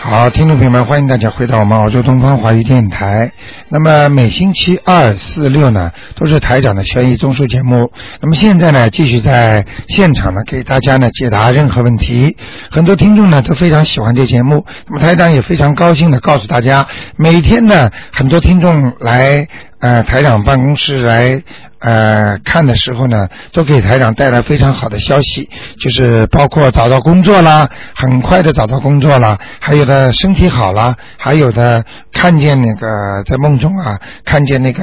好，听众朋友们，欢迎大家回到我们澳洲东方华语电台。那么每星期二、四、六呢，都是台长的悬疑综述节目。那么现在呢，继续在现场呢，给大家呢解答任何问题。很多听众呢都非常喜欢这节目，那么台长也非常高兴的告诉大家，每天呢，很多听众来呃台长办公室来呃看的时候呢，都给台长带来非常好的消息，就是包括找到工作啦，很快的找到工作啦，还有的身体好啦，还有的看见那个在梦中啊，看见那个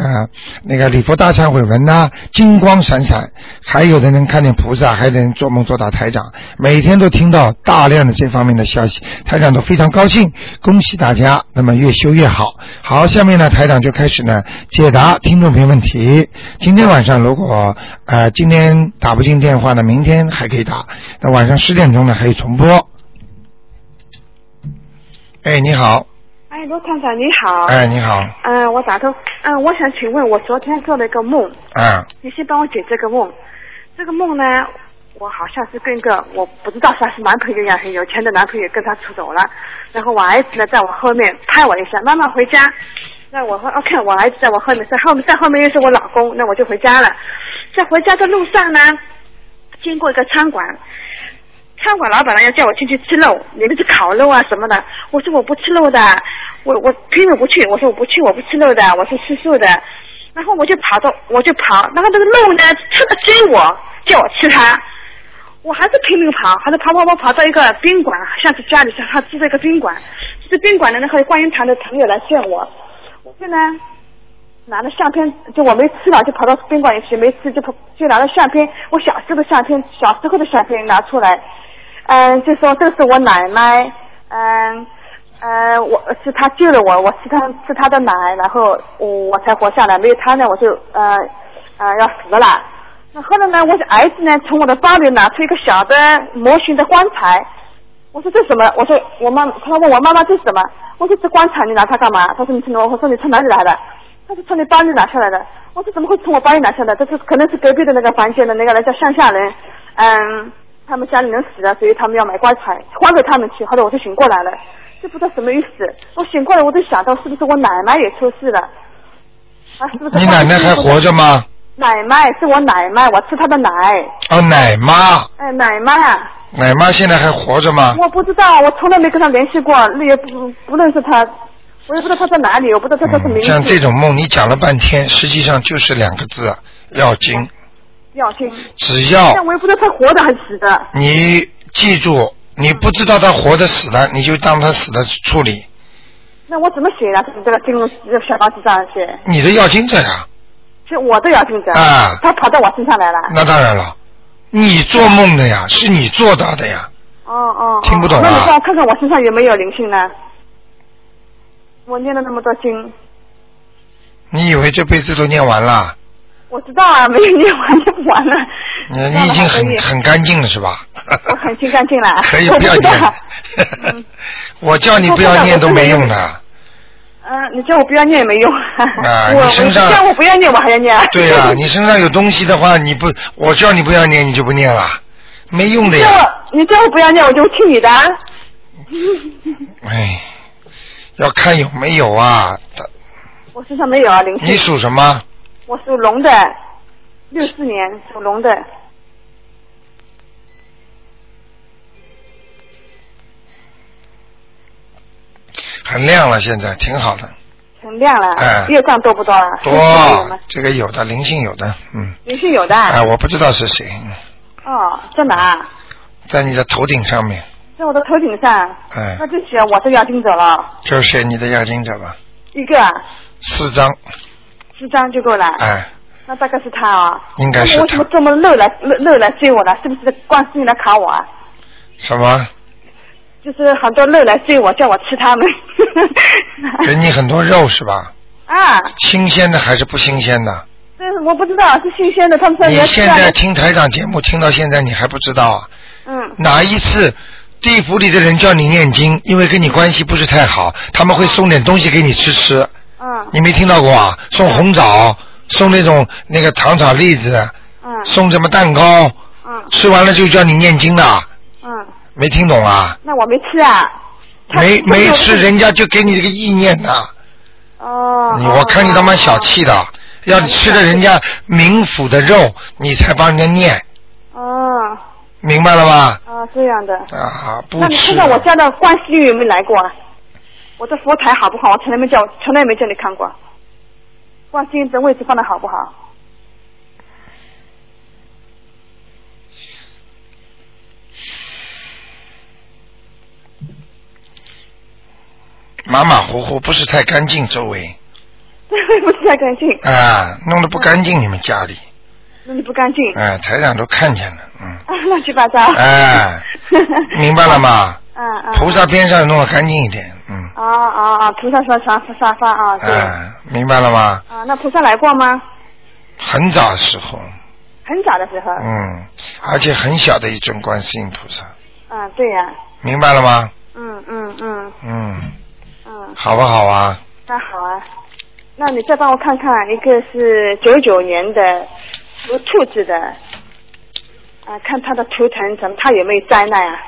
那个礼佛大忏悔文呐、金光闪闪，还有的人看见菩萨，还有的人做梦做到台长，每天都听到大量的这方面的消息，台长都非常高兴，恭喜大家，那么越修越好。好，下面呢，台长就开始呢解答听众朋友问题。今天晚上如果呃今天打不进电话呢，明天还可以打，那晚上十点钟呢还有重播。哎，你好，哎，罗团长你好。哎，你好，嗯、我打通。嗯、我想请问，我昨天做了一个梦，啊，你先帮我解这个梦。这个梦呢，我好像是跟一个我不知道算是男朋友呀，很有钱的男朋友跟他出走了。然后我儿子呢，在我后面拍我一下，妈妈回家。那我说 OK，我儿子在我后面，在后面，在后面又是我老公，那我就回家了。在回家的路上呢，经过一个餐馆，餐馆老板呢要叫我进去吃肉，里面是烤肉啊什么的。我说我不吃肉的，我我偏偏不去。我说我不去，我不吃肉的，我是吃素的。然后我就跑到，我就跑，然后那个肉呢，它追我，叫我吃它。我还是拼命跑，还是跑跑跑跑到一个宾馆，好像是家里像他住在一个宾馆，这宾馆的那个观音堂的朋友来劝我，我就呢拿了相片，就我没吃了，就跑到宾馆里去没吃，就跑就拿了相片，我小时候的相片，小时候的相片拿出来，嗯，就说这是我奶奶，嗯。呃，我是他救了我，我是他是他的奶，然后我我才活下来，没有他呢，我就呃呃要死了。那后来呢，我的儿子呢从我的包里拿出一个小的模型的棺材，我说这是什么？我说我妈，他问我妈妈这是什么？我说这棺材你拿它干嘛？他说你从哪我说你从哪里来的？他说从你包里拿下来的。我说怎么会从我包里拿下来的？这是可能是隔壁的那个房间的那个人叫乡下人，嗯，他们家里人死了，所以他们要买棺材还给他们去。后来我就醒过来了，就不知道什么意思。我醒过来我就想到是不是我奶奶也出事了？啊，是不是？你奶奶还活着？吗？奶奶是我奶奶，我吃她的奶。哦，奶妈，哎，奶妈，奶妈现在还活着吗？我不知道，我从来没跟她联系过，那也不不认识她，我也不知道她在哪里，我不知道她叫嗯什么名嗯字。像这种梦，你讲了半天，实际上就是两个字：要精。要听。只要但我也不知道她活的还是死的。你记住，你不知道他活着死了，你就当他死了处理。那我怎么写啊？这个进入这个小房子上写，你的要精者呀，是我都要听着。啊她跑到我身上来了。那当然了，你做梦的呀，是你做到的呀。哦哦。哦听不懂啊那你帮我看看我身上有没有灵性呢？我念了那么多经，你以为这辈子都念完了？我知道啊，没有念完就完了。你你已经很很干净了是吧？我很清干净了。 可以我不要知道念了。 我叫你不要念都没用的。嗯，你叫我不要念也没用。 啊我你身上我叫我不要念，我还要念。啊对 呀、你身上有东西的话，你不我叫你不要念，你就不念了，没用的你叫呀。我，你叫我不要念，我就听你的啊。哎，要看有没有啊。他我身上没有啊，灵你性。属什么？我属龙的，六四年属龙的。很亮了，现在挺好的。很亮了，哎业障多不多啊？有多吗，这个有的灵性有的，嗯。灵性有的啊。哎，我不知道是谁，嗯哦，在哪啊？在你的头顶上面，在我的头顶上。哎那，就写我的要经者了，就是写你的押金者吧，一个啊四张，四张就够了。哎，那大概是他啊、应该是那他为什么这么漏来漏漏来追我呢？是不是观世音来卡我啊？什么？就是很多肉来追我，叫我吃 它们。给你很多肉是吧？啊，新鲜的还是不新鲜的？这我不知道是新鲜的，他们说你要吃现啊在听台长节目听到现在你还不知道啊？嗯，哪一次地府里的人叫你念经，因为跟你关系不是太好，他们会送点东西给你吃吃，嗯你没听到过啊？送红枣，送那种那个糖炒栗子，嗯送什么蛋糕，嗯吃完了就叫你念经的，嗯，没听懂啊？那我没吃啊。他没他没有吃，人家就给你这个意念呐、哦，你哦我看你他妈小气的，要你吃了人家冥府的肉，你才帮人家念，哦明白了吧？哦，这样的。啊，不那你吃看了看我家的观世音有没有来过啊？我的佛台好不好？我从来没叫，从来没叫你看过。观世音的位置放的好不好？ 马马虎虎，不是太干净周围不是太干净，啊，弄得不干净你们家里，那你不干净，哎、台长都看见了，嗯，啊 乱七八糟。哎、 明白了吗？嗯嗯。菩萨边上弄得干净一点，嗯，啊啊啊！菩萨说沙沙发啊，对。啊，明白了吗？啊，那菩萨来过吗？很早的时候，嗯很早的时候。嗯，而且很小的一尊观世音菩萨，啊，对呀、明白了吗？嗯嗯嗯嗯，嗯，好不好啊？那好啊。那你再帮我看看，一个是九九年的属兔子的，啊，看他的图腾怎么，他有没有灾难啊？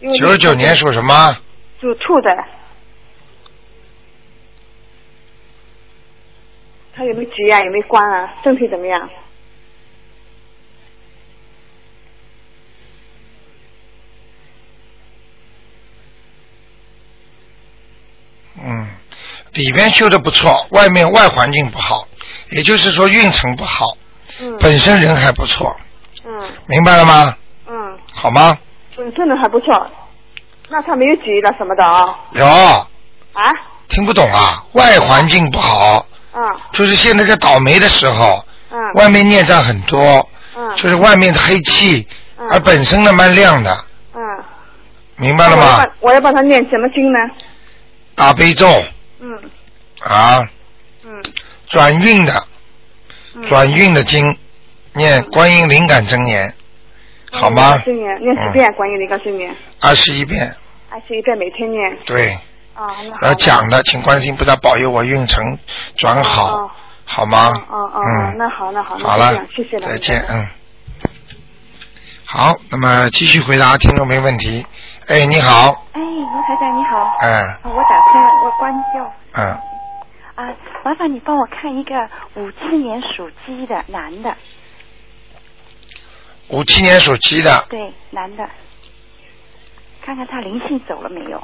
因为九九年属什么？属兔的，他有没有急啊？有没有关啊？身体怎么样？嗯，里边修的不错，外面外环境不好，也就是说运程不好，嗯本身人还不错，嗯明白了吗？嗯，好吗？本身嗯人还不错，那他没有急了什么的啊、有，啊？听不懂啊？外环境不好，嗯就是现在在倒霉的时候，嗯外面孽障很多，嗯就是外面的黑气，嗯而本身呢蛮亮的，嗯。明白了吗？我要帮他念什么经呢？大悲咒嗯啊，嗯转运的嗯。转运的经，念观音灵感真言，好吗？嗯新年念十遍，关于那个新年，二十一遍，二十一遍每天念。对，啊，那好。要呃讲的，请观世音菩萨保佑我运程转好哦，好吗？哦哦哦嗯，那好那好那好就这了样，谢谢了再见，嗯。好，那么继续回答听众没问题。哎，你好，哎，卢台长你好，啊哎，我打通了，我关掉嗯，啊，麻烦你帮我看一个五七年属鸡的男的，五七年属鸡的，对，男的，看看他灵性走了没有？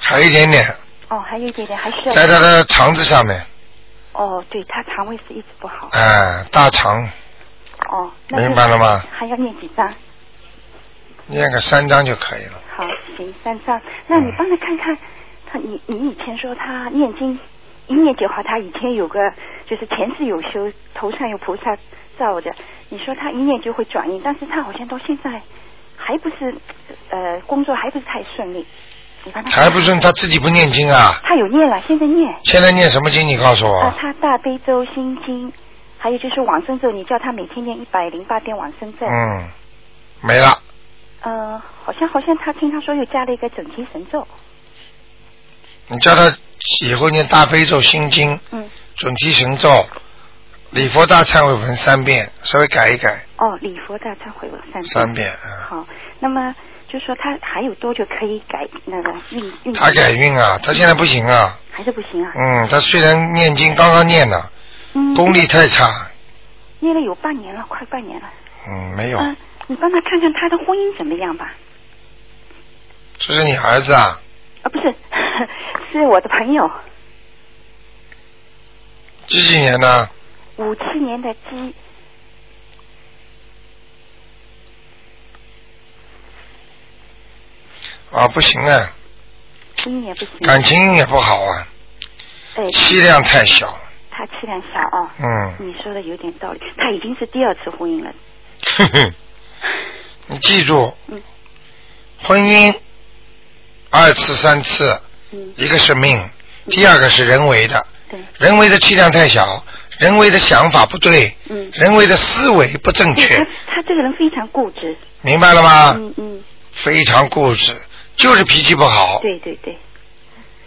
还有一点点，哦，还有一点点，还需要在他的肠子上面，哦，对他肠胃是一直不好哎，大肠哦，那明白了吗？还要念几张？念个三张就可以了。好，行，三张。那你帮他看看，他你你以前说他念经一念就好，他以前有个就是前世有修，头上有菩萨罩着。你说他一念就会转运，但是他好像到现在还不是呃工作还不是太顺利。你帮他看还不顺，他自己不念经啊？他有念了，现在念现在念什么经？你告诉啊我，，他大悲咒、心经，还有就是往生咒，你叫他每天念一百零八遍往生咒。嗯，没了，呃，好像好像他听他说又加了一个整提神咒。你叫他以后念大悲咒、心经、嗯，准提神咒、礼佛大忏悔文三遍，稍微改一改哦，礼佛大忏悔文三遍。三遍啊。好，那么就说他还有多久可以改那个运运？他改运啊，他现在不行啊，还是不行啊？嗯，他虽然念经刚刚念呢，嗯，功力太差，念了有半年了，快半年了。嗯，没有。嗯，你帮他看看他的婚姻怎么样吧？这是你儿子啊，啊，不是， 是我的朋友，几几年的？五七年的鸡。啊，不行啊，婚姻也不行，感情也不好啊，哎，气量太小，他气量小啊、嗯，你说的有点道理，他已经是第二次婚姻了。哼哼， 你记住嗯，婚姻二次三次，嗯，一个是命，第二个是人为的，对，人为的气量太小，人为的想法不对，嗯，人为的思维不正对确 啊他，他这个人非常固执。明白了吗？嗯嗯，哦非常固执，就是脾气不好，对对对，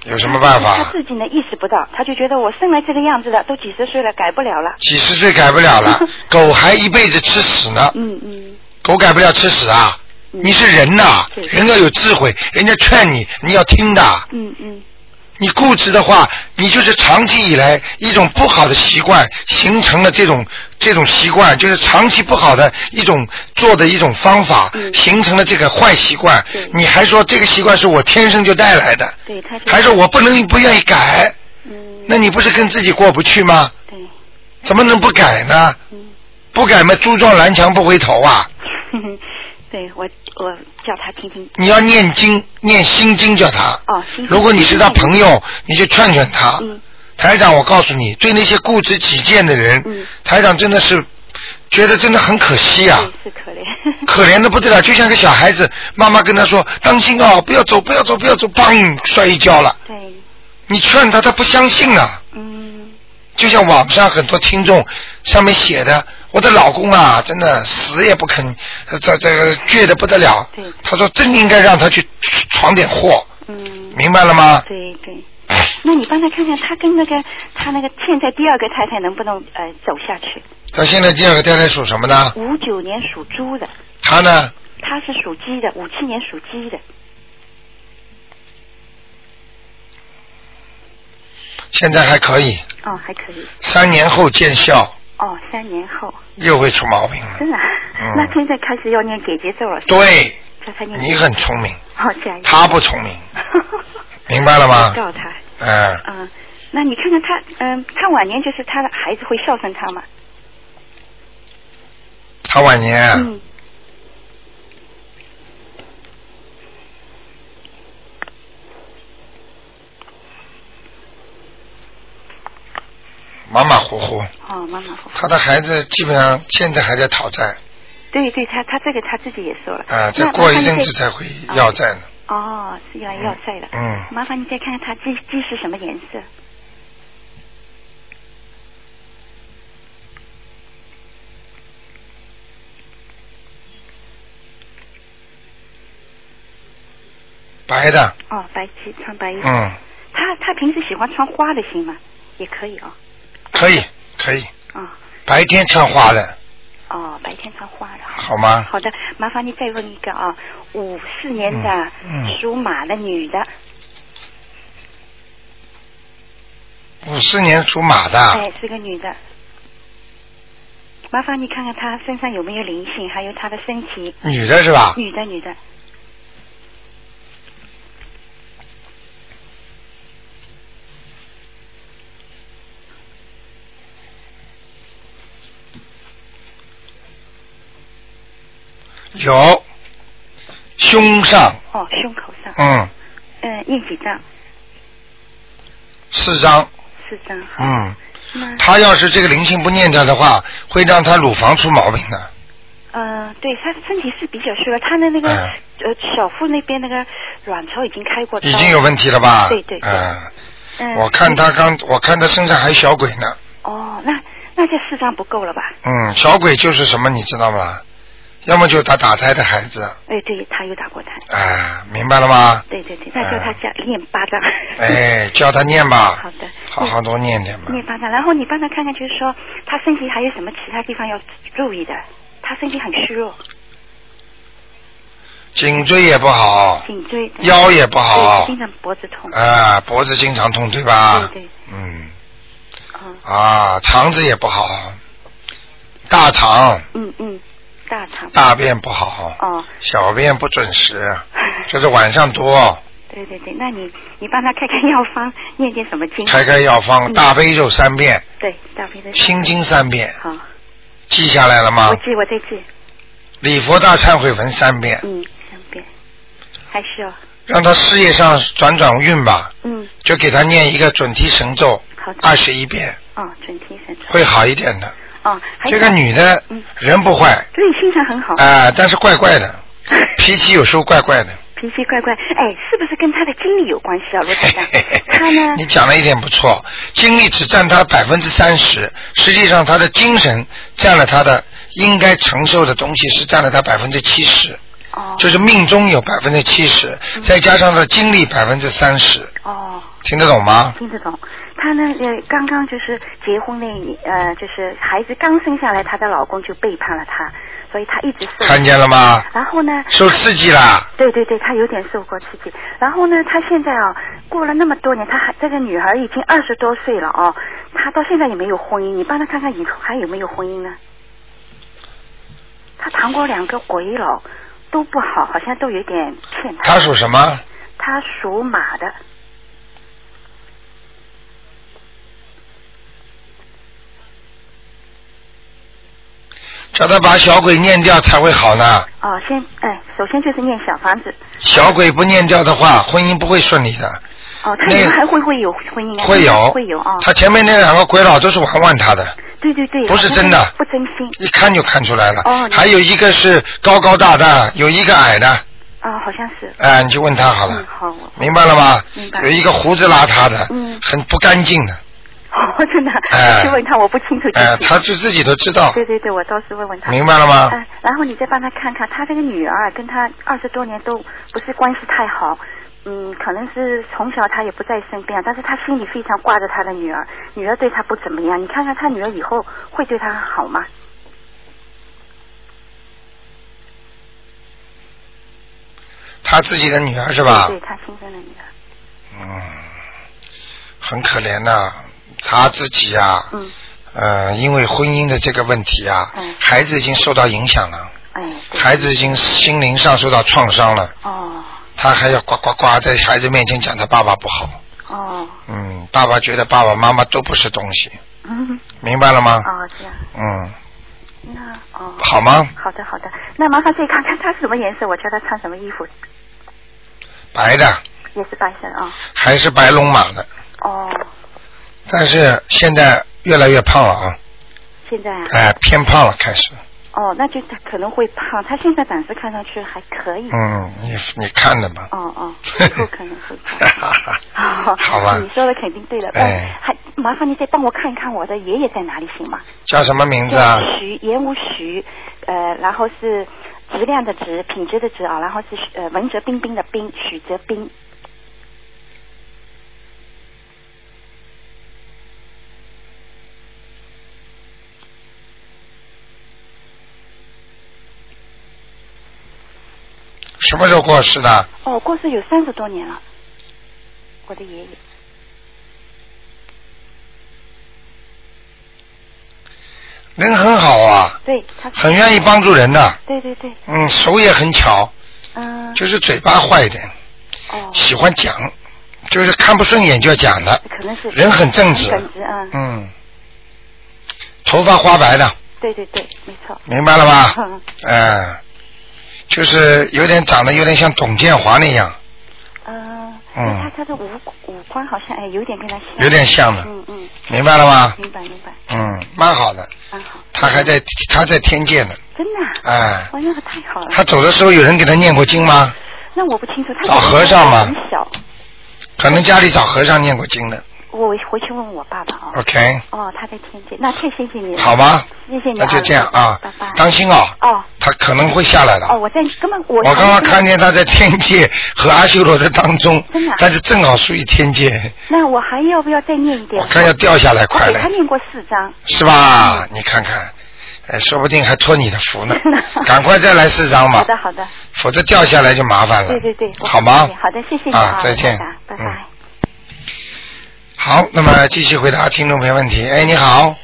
有什么办他 法？自己呢意识不到，他就觉得我生来这个样子了，都几十岁了，改不了了。几十岁改不了 了，狗还一辈子吃屎呢，嗯嗯，狗改不了吃屎啊！嗯你是人呐、是人要有智慧，人家劝你，你要听的。嗯嗯你固执的话，你就是长期以来一种不好的习惯形成了这种这种习惯，就是长期不好的一种做的一种方法，嗯形成了这个坏习惯对。你还说这个习惯是我天生就带来的，对，他就还说我不能不愿意改，嗯，那你不是跟自己过不去吗？对， 怎么能不改呢？嗯，不改嘛，猪撞南墙不回头啊！对我我叫他听听你要念经，念心经叫他。哦。听听如果你是他朋友，你就劝劝他。嗯台长，我告诉你，对那些固执己见的人，嗯台长真的是觉得真的很可惜啊，对是可怜， 可怜的不得了，就像个小孩子，妈妈跟他说当心啊，不要走，不要走，不要走，砰，摔一跤了。对，你劝他，他不相信啊。嗯就像网上很多听众上面写的，我的老公啊，真的死也不肯，呃这这个倔得不得了对。他说真应该让他去闯点祸，嗯，明白了吗？对对。那你帮他看看，他跟那个他那个现在第二个太太能不能呃走下去？他现在第二个太太属什么呢？五九年属猪的，他呢？他是属鸡的，五七年属鸡的，现在还可以，哦还可以，三年后见效，哦三年后，又会出毛病了。真的啊，嗯那现在开始要念姐姐咒了，是吧对，叫他念，你很聪明，好加油，他不聪明， 明白了吗我？告他，嗯、嗯，那你看看他，嗯，他晚年就是他的孩子会孝顺他吗？他晚年、嗯，马马虎虎，哦，妈妈好，他的孩子基本上现在还在讨债，对对，他他这个他自己也说了，啊、再那过麻一烦阵你子再才会要债呢。哦，是要要债了，嗯麻烦你再看看他鸡鸡是什么颜色，嗯白的，哦，白鸡穿白衣服，嗯，他他平时喜欢穿花的行吗？也可以哦，可以，可以，哦白天穿花的，哦，白天穿花的，好好吗？好的，麻烦你再问一个啊，五四年的嗯啊嗯属马的女的，五四年属马的，哎，是个女的。麻烦你看看她身上有没有灵性，还有她的身体。女的是吧？女的，女的，嗯有，胸上，哦，胸口上，嗯，嗯，念几张？四张，四张。好嗯，那他要是这个灵性不念掉的话，会让他乳房出毛病的。呃，对，她身体是比较虚弱，她的那个、哎呃小腹那边那个卵巢已经开过刀，已经有问题了吧？对对对嗯，嗯，我看他刚，我看他身上还有小鬼呢。哦，那那这四张不够了吧？嗯，小鬼就是什么，你知道吗？要么就是他打胎的孩子，哎，对，她有打过胎，哎，明白了吗？对对对，那叫她哎加念八张。哎，叫他念嗯好嗯吧，的，好好多念念吧你。帮他，然后你帮他看看，就是说他身体还有什么其他地方要注意的？他身体很虚弱，颈椎也不好，颈椎的腰也不对好经，常脖子痛。啊，脖子经常痛，对吧？对对嗯，嗯啊，肠子也不好，大肠、嗯嗯，大肠。大便不好，哦， 小便不准时，就是晚上多。对对对，那你你帮他开开药方，念点什么经？开开药方，嗯大悲咒三遍，对，大悲咒。心经三遍，好，记下来了吗我？记，我再记。礼佛大忏悔文三遍，嗯，三遍。还是哦，让他事业上转转运吧，嗯，就给他念一个准提神咒好的。二十一遍，哦，准提神咒。会好一点的。哦，还有这个女的嗯哦人不坏，对心肠很好， 啊、但是怪怪的，脾气有时候怪怪的。脾气怪怪。哎，是不是跟他的经历有关系啊，罗台长？他 呢？你讲的一点不错，精力只占他百分之三十，实际上他的精神占了他的应该承受的东西是占了他百分之七十，哦嗯就是命中有百分之七十，再加上他的精力百分之三十，哦。听得懂吗？听得懂。她呢，呃，刚刚就是结婚那一呃，就是孩子刚生下来，她的老公就背叛了她，所以她一直受。看见了吗？然后呢？受刺激啦！对对对，她有点受过刺激。然后呢，她现在啊，过了那么多年，她还这个女孩已经二十多岁了哦，她到现在也没有婚姻。你帮她看看以后还有没有婚姻呢？她谈过两个鬼佬，都不好，好像都有点欠她。他属什么？她属马的，叫他把小鬼念掉才会好呢。哦，先哎，首先就是念小房子。小鬼不念掉的话，婚姻不会顺利的。哦，她那以后还会不会有婚姻啊？会有，会有啊、哦他前面那两个鬼佬都是玩玩他的，对对对，不是真的不真心一看就看出来了。哦还有一个是高高大大，有一个矮的，啊、好像是。哎、你去问他好了，嗯，好， 我明白了吗？明白有一个胡子邋遢的，嗯很不干净的，哦，真的，哎去 问他，我不清楚具体。哎、他就自己都知道，对对对，我到时问问他。明白了吗？哎然后你再帮他看看，他这个女儿啊跟他二十多年都不是关系太好，嗯，可能是从小他也不在身边，但是他心里非常挂着他的女儿，女儿对他不怎么样，你看看他女儿以后会对他好吗？他自己的女儿是吧？对对他亲生的女儿，嗯，很可怜呐、他自己呀、嗯，呃，因为婚姻的这个问题啊，嗯孩子已经受到影响了，哎，对，孩子已经心灵上受到创伤了，哦他还要呱呱呱在孩子面前讲他爸爸不好，哦，嗯，爸爸觉得爸爸妈妈都不是东西，嗯，明白了吗？哦这样，嗯，那哦。好吗？好的好的，那麻烦再看看他是什么颜色，我叫他穿什么衣服，白的也是白身啊、还是白龙马的，哦，但是现在越来越胖了啊，现在啊，哎、偏胖了开始，哦，那就他可能会胖，他现在暂时看上去还可以。嗯，你你看着吧，哦哦，以后可能会胖。好吧你说的肯定对了。但哎还麻烦你再帮我看一看我的爷爷在哪里行吗？ 叫什么名字啊？徐言无徐，呃，然后是质量的质，品质的质啊，然后是呃文哲彬彬的彬，许哲彬。什么时候过世的？哦，过世有三十多年了，我的爷爷。人很好啊，对，他是很愿意帮助人的，对对对，嗯，手也很巧，嗯，就是嘴巴坏一点，哦，喜欢讲，就是看不顺眼就要讲的，可能是人很正直，耿直，嗯，嗯，头发花白的，对对对，没错。明白了吧？嗯嗯，就是有点长得有点像董建华那样，嗯，嗯他他的五五官好像哎有点跟他像，有点像的，嗯嗯，明白了吗？明白明白，嗯，蛮好的，嗯好，他还在他在天界呢，真的、啊，哎，哇那个太好了，他走的时候有人给他念过经吗？那我不清楚，他找和尚嘛很小，可能家里找和尚念过经的我回去问我爸爸啊、 ，OK，哦，他在天津，那太谢谢你了，好吗？谢谢你，那就这样啊拜拜，，当心啊，哦他可能会下来的。哦，我在根本我我刚刚看，见他在天界和阿修罗的当中真的啊，但是正好属于天界，那我还要不要再念一点我？看要掉下来我快给了他，念过四张，，是吧？你看看，哎，说不定还托你的福呢赶快再来四张吧好，的好的，否则掉下来就麻烦了。对对对，嗯我好吗好？的，谢谢你啊，再见拜，拜。嗯。好，那么继续回答听众朋友问题。哎，你好，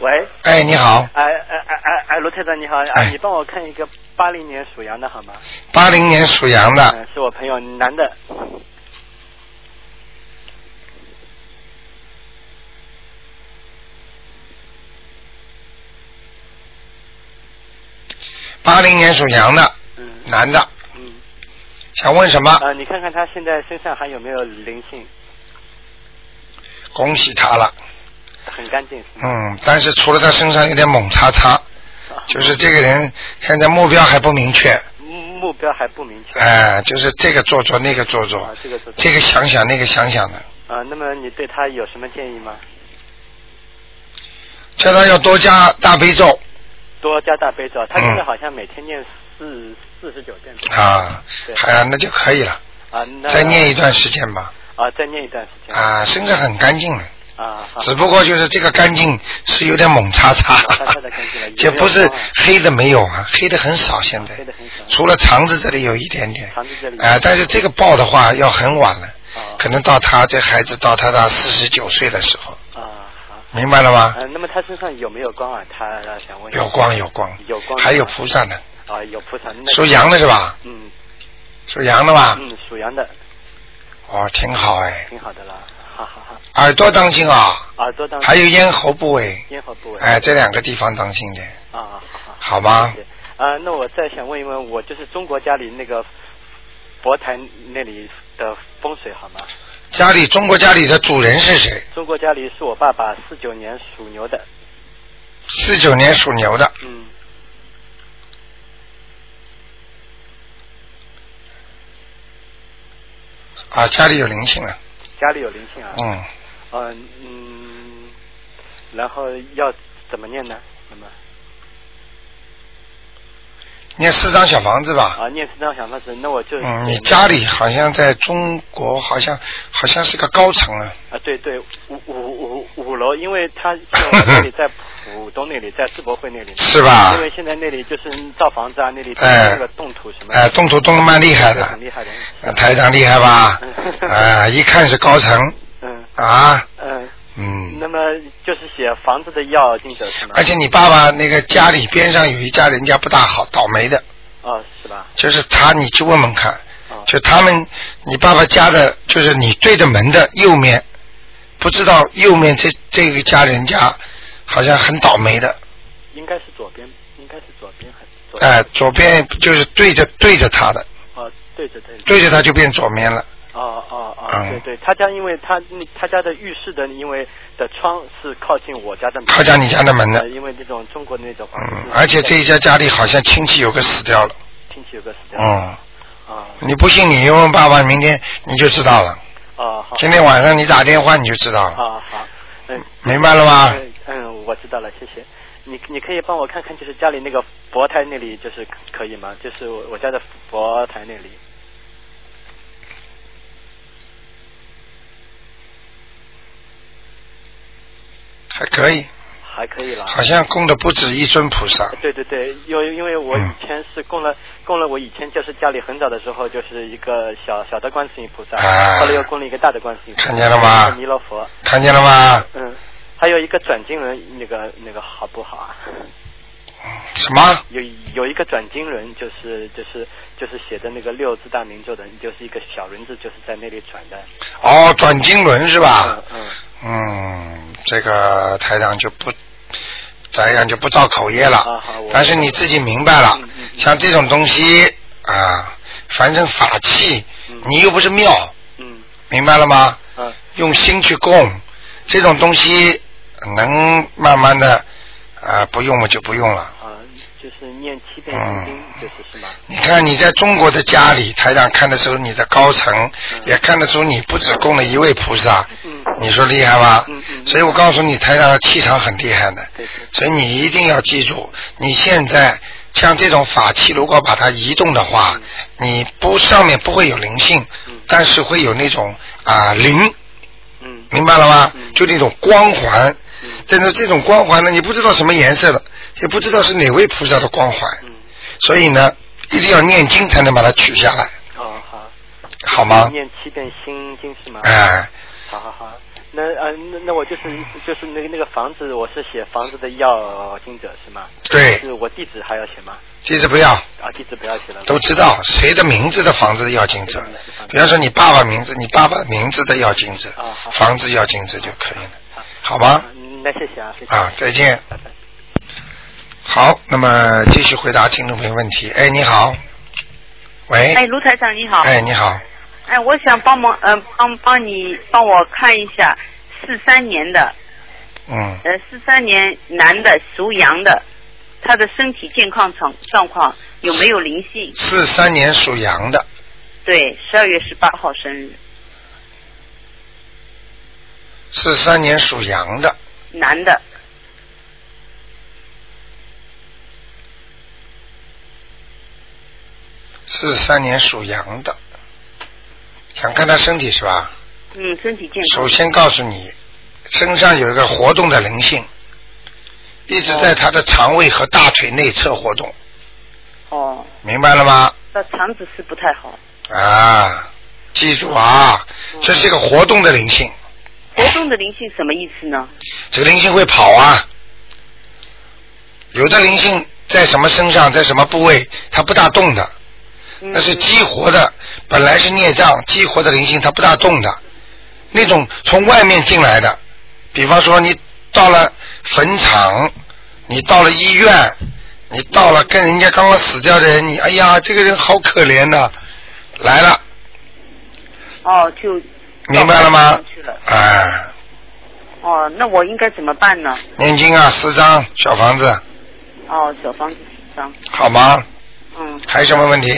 喂，哎，你好，哎哎哎哎哎，罗台长你好，哎啊，你帮我看一个八零年属羊的好吗？八零年属羊的，嗯，是我朋友男的，八零年属羊的嗯男的，嗯，想问什么？啊，你看看他现在身上还有没有灵性，恭喜他了。很干净是吗？嗯，但是除了他身上有点猛擦擦， 就是这个人现在目标还不明确， 目目标还不明确哎、就是这个做做那个做做啊，，这个是这个想想那个想想的，啊，那么你对他有什么建议吗？叫他要多加大悲咒多加大悲咒，他现在嗯好像每天念四四十九遍啊哎对，还、那就可以了，啊，那再念一段时间吧。啊，再念一段时间啊，身上很干净的，啊，好，只不过就是这个干净是有点猛叉叉猛叉叉啊的干 净了，也不是黑的没有啊，黑的很少现在啊啊黑的很少，除了肠子这里有一点点，肠子这里有啊，但是这个报的话要很晚了，啊可能到他这孩子到他到四十九岁的时候，啊，好，明白了吗？呃，那么他身上有没有光啊？他呃想问一下有光有光，有光还有菩萨呢，啊，有菩萨，那属羊的是吧？嗯属羊的吧？嗯，属羊的，哦，挺好哎，挺好的啦，哈哈哈。耳朵当心啊，耳朵当还有咽喉部位，咽喉部位，哎，这两个地方当心点，啊，好好。好吗？对，啊，那我再想问一问，我就是中国家里那个佛台那里的风水好吗？家里中国家里的主人是谁？中国家里是我爸爸四九年属牛的，四九年属牛的，嗯，啊，家里有灵性了，家里有灵性啊，嗯，嗯嗯，然后要怎么念呢？那么念四张小房子吧，啊，念四张小房子，那我就嗯，你家里好像在中国，好像好像是个高层啊，啊，对对，五五五五楼，因为 他现在那里在浦东那里，在世博会那里，是吧因？为现在那里就是造房子啊，那里就是啊哎那个动土什么的，哎，动土动的蛮厉害对的很，厉害的，嗯呃台长厉害 吧？啊，一看是高层嗯啊，嗯，嗯那，么就是写房子的要进者是吗？而且你爸爸那个家里边上有一家人家不大好，倒霉的，哦，是吧？就是他，你去问问看，哦，就他们，你爸爸家的，就是你对着门的右面，不知道右面这这个家人家好像很倒霉的，应该是左边，应该是左边还是左边？哎、左边就是对着对着他的，哦，对着对着。对着他就变左面了，哦哦哦，嗯对对，他家因为他那他家的浴室的因为的窗是靠近我家的门，靠近你家的门呃的，因为这种中国那种房嗯子，，而且这一家家里好像亲戚有个死掉了，亲戚有个死掉了，嗯，啊你不信你问问爸爸，明天你就知道了，啊好今天晚上你打电话你就知道了，啊好，嗯明白了吗？嗯嗯，我知道了，谢谢。你你可以帮我看看，就是家里那个佛台那里，就是可以吗？就是我我家的佛台那里。还可以，还可以啦。好像供的不止一尊菩萨，对对对，因为因为我嗯以前是供了供了，我以前就是家里很早的时候就是一个小小的观世音菩萨，啊后来又供了一个大的观世音菩萨，看见了吗弥勒佛，看见了吗？嗯，还有一个转经轮，那个那个好不好啊？什么？有有一个转经轮，就是就是就是写的那个六字大明咒的，就是一个小轮子，就是在那里转的。哦，转经轮是吧嗯？嗯，嗯，这个台长就不，台长就不造口业了啊好我。但是你自己明白了嗯嗯，嗯像这种东西啊，反正法器嗯，你又不是庙，嗯明白了吗？嗯用心去供，这种东西能慢慢的啊，不用了就不用了。啊，就是念七遍嗯心经，就是是吗？你看你在中国的家里，台长看得出你的高层，也看得出你不止供了一位菩萨，嗯你说厉害吧嗯？嗯所以我告诉你，台长的气场很厉害的对对，所以你一定要记住，你现在像这种法器，如果把它移动的话，你不上面不会有灵性嗯，但是会有那种啊灵，嗯明白了吗？嗯就那种光环嗯，但是这种光环呢，你不知道什么颜色的，也不知道是哪位菩萨的光环。嗯，所以呢，一定要念经才能把它取下来，哦好。好吗？念七遍心经是吗？哎，好好好，那呃那那我就是就是那个那个房子，我是写房子的要经者是吗？对是，我地址还要写吗？记着不要，啊，地址不要写了。都知道谁的名字的房子的要经者谁的名字的房，子比方说你爸爸名字，你爸爸名字的要经者嗯啊，好房子要经者就可以了，好好吗？嗯那谢谢啊，谢谢。啊，再见。拜拜。好，那么继续回答听众朋友问题。哎，你好，喂，哎，卢台长你好。哎，你好，哎，我想帮忙，嗯、帮帮你帮我看一下，四三年的，嗯，呃，四三年男的属羊的，他的身体健康状状况有没有灵性？四三年属羊的，对，十二月十八号生日，四三年属羊的，男的，四三年属羊的，想看他身体是吧？嗯，身体健康。首先告诉你，身上有一个活动的灵性，一直在他的肠胃和大腿内侧活动，哦，明白了吗？那肠子是不太好，啊，记住啊，这是一个活动的灵性，活动的灵性什么意思呢？这个灵性会跑啊。有的灵性在什么身上，在什么部位，它不大动的，嗯那是激活的，本来是孽障，激活的灵性它不大动的，那种从外面进来的，比方说你到了坟场，你到了医院，你到了跟人家刚刚死掉的人，你哎呀，这个人好可怜呐、来了，哦，就明白了到吗房间去了？哎，哦，那我应该怎么办呢？念经啊，四张小房子，哦，小房子几张？好吗？嗯还有什么问题？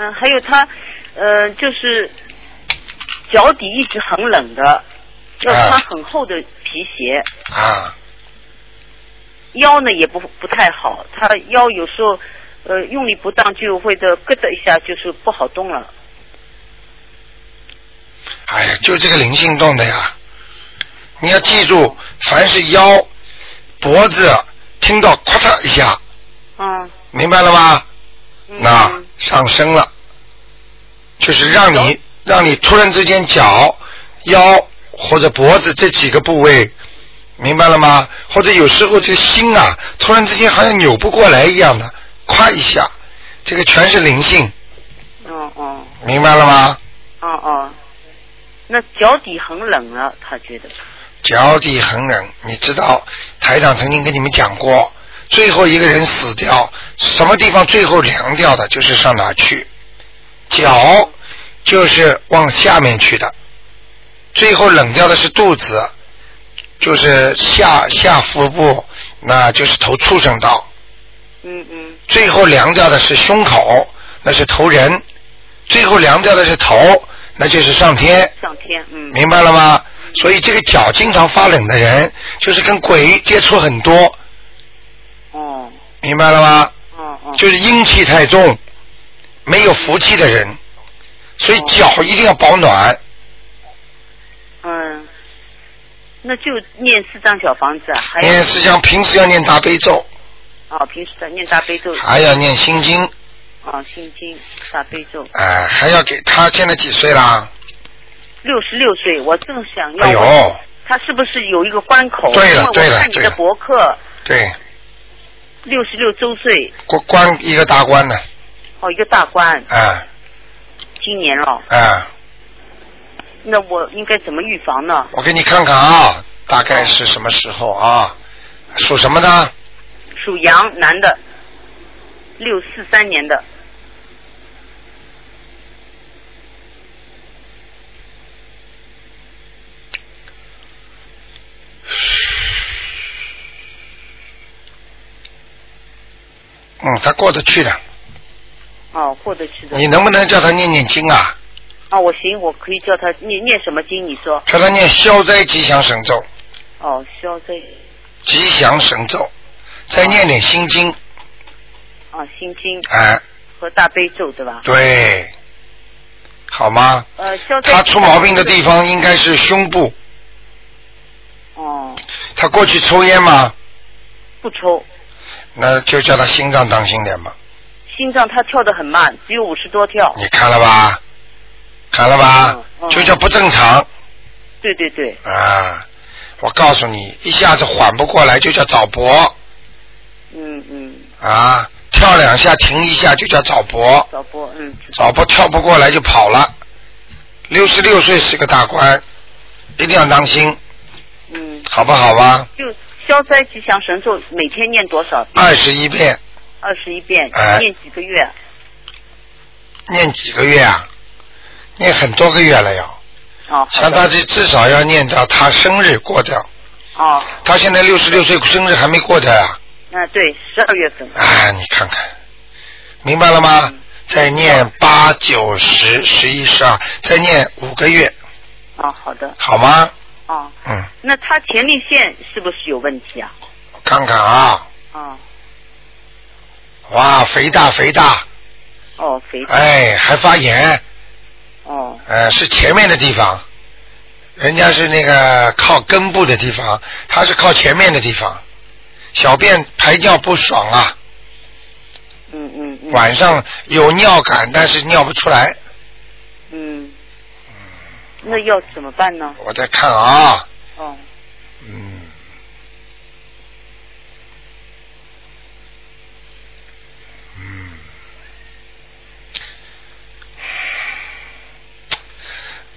嗯，还有他，呃，就是脚底一直很冷的，要穿很厚的皮鞋，啊，腰呢也不不太好，他腰有时候呃用力不当就会的咯噔一下，就是不好动了。哎呀，就这个灵性动的呀。你要记住，凡是腰、脖子听到咔嚓一下，嗯，明白了吗？嗯那上升了，就是让你让你突然之间脚、腰或者脖子这几个部位，明白了吗？或者有时候这个心啊，突然之间好像扭不过来一样的，咵一下，这个全是灵性，哦哦明白了吗？哦哦，那脚底很冷了，他觉得。脚底很冷，你知道台长曾经跟你们讲过，最后一个人死掉，什么地方最后凉掉的，就是上哪去，脚就是往下面去的，最后冷掉的是肚子，就是下下腹部，那就是头畜生道，嗯嗯最后凉掉的是胸口，那是头人，最后凉掉的是头，那就是上天。上天嗯明白了吗？所以这个脚经常发冷的人，就是跟鬼接触很多，哦明白了吗？哦哦就是阴气太重，没有福气的人，所以脚一定要保暖。嗯，那就念四张小房子啊，还有念实际上平时要念大悲咒，哦平时的念大悲咒还要念心经，啊心经大悲咒。哎、还要给他现在几岁啦？六十六岁，我正想要哎问、呦，他是不是有一个关口？对了因对为了我看你对的了博客，对，六十六周岁，过关一个大关呢，哦，一个大关，啊今年了，啊，那我应该怎么预防呢？我给你看看啊，大概是什么时候啊？属什么的？属羊，男的，六四三年的，嗯，他过得去的。哦，过得去的。你能不能叫他念念经啊？哦，我行，我可以叫他念念什么经？你说，叫他念消灾吉祥神咒，哦，消灾吉祥神咒，再念点心经，啊，心经哎，和大悲咒，对吧？对，好吗？呃，消灾。他出毛病的地。方应该是胸部，哦，他过去抽烟嘛，不抽，那就叫他心脏当心点嘛。心脏他跳得很慢，只有五十多跳。你看了吧？看了吧嗯？嗯就叫不正常对对对，啊！我告诉你，一下子缓不过来就叫早搏嗯嗯，啊，跳两下停一下就叫早搏。早播，嗯，知道老婆跳不过来就跑了。六十六岁是个大关，一定要当心，嗯，好不好啊？就消灾吉祥神咒每天念多少？二十一遍，二十一遍哎，念几个月？念几个月啊？念很多个月了要，哦，好像他的，这至少要念到他生日过掉。哦，他现在六十六岁生日还没过掉呀、那对，十二月份啊！，哎，你看看，明白了吗嗯？再念八九十十一十二，再念五个月，哦，好的，好吗？哦，嗯，那他前列腺是不是有问题啊？我看看啊，哦，哇，肥大肥大，哎哦，肥，哎，还发炎。哦，呃，是前面的地方，人家是那个靠根部的地方，他是靠前面的地方，小便排尿不爽啊，嗯嗯嗯晚上有尿感，但是尿不出来。嗯，那要怎么办呢？我再看啊，哦，嗯，嗯，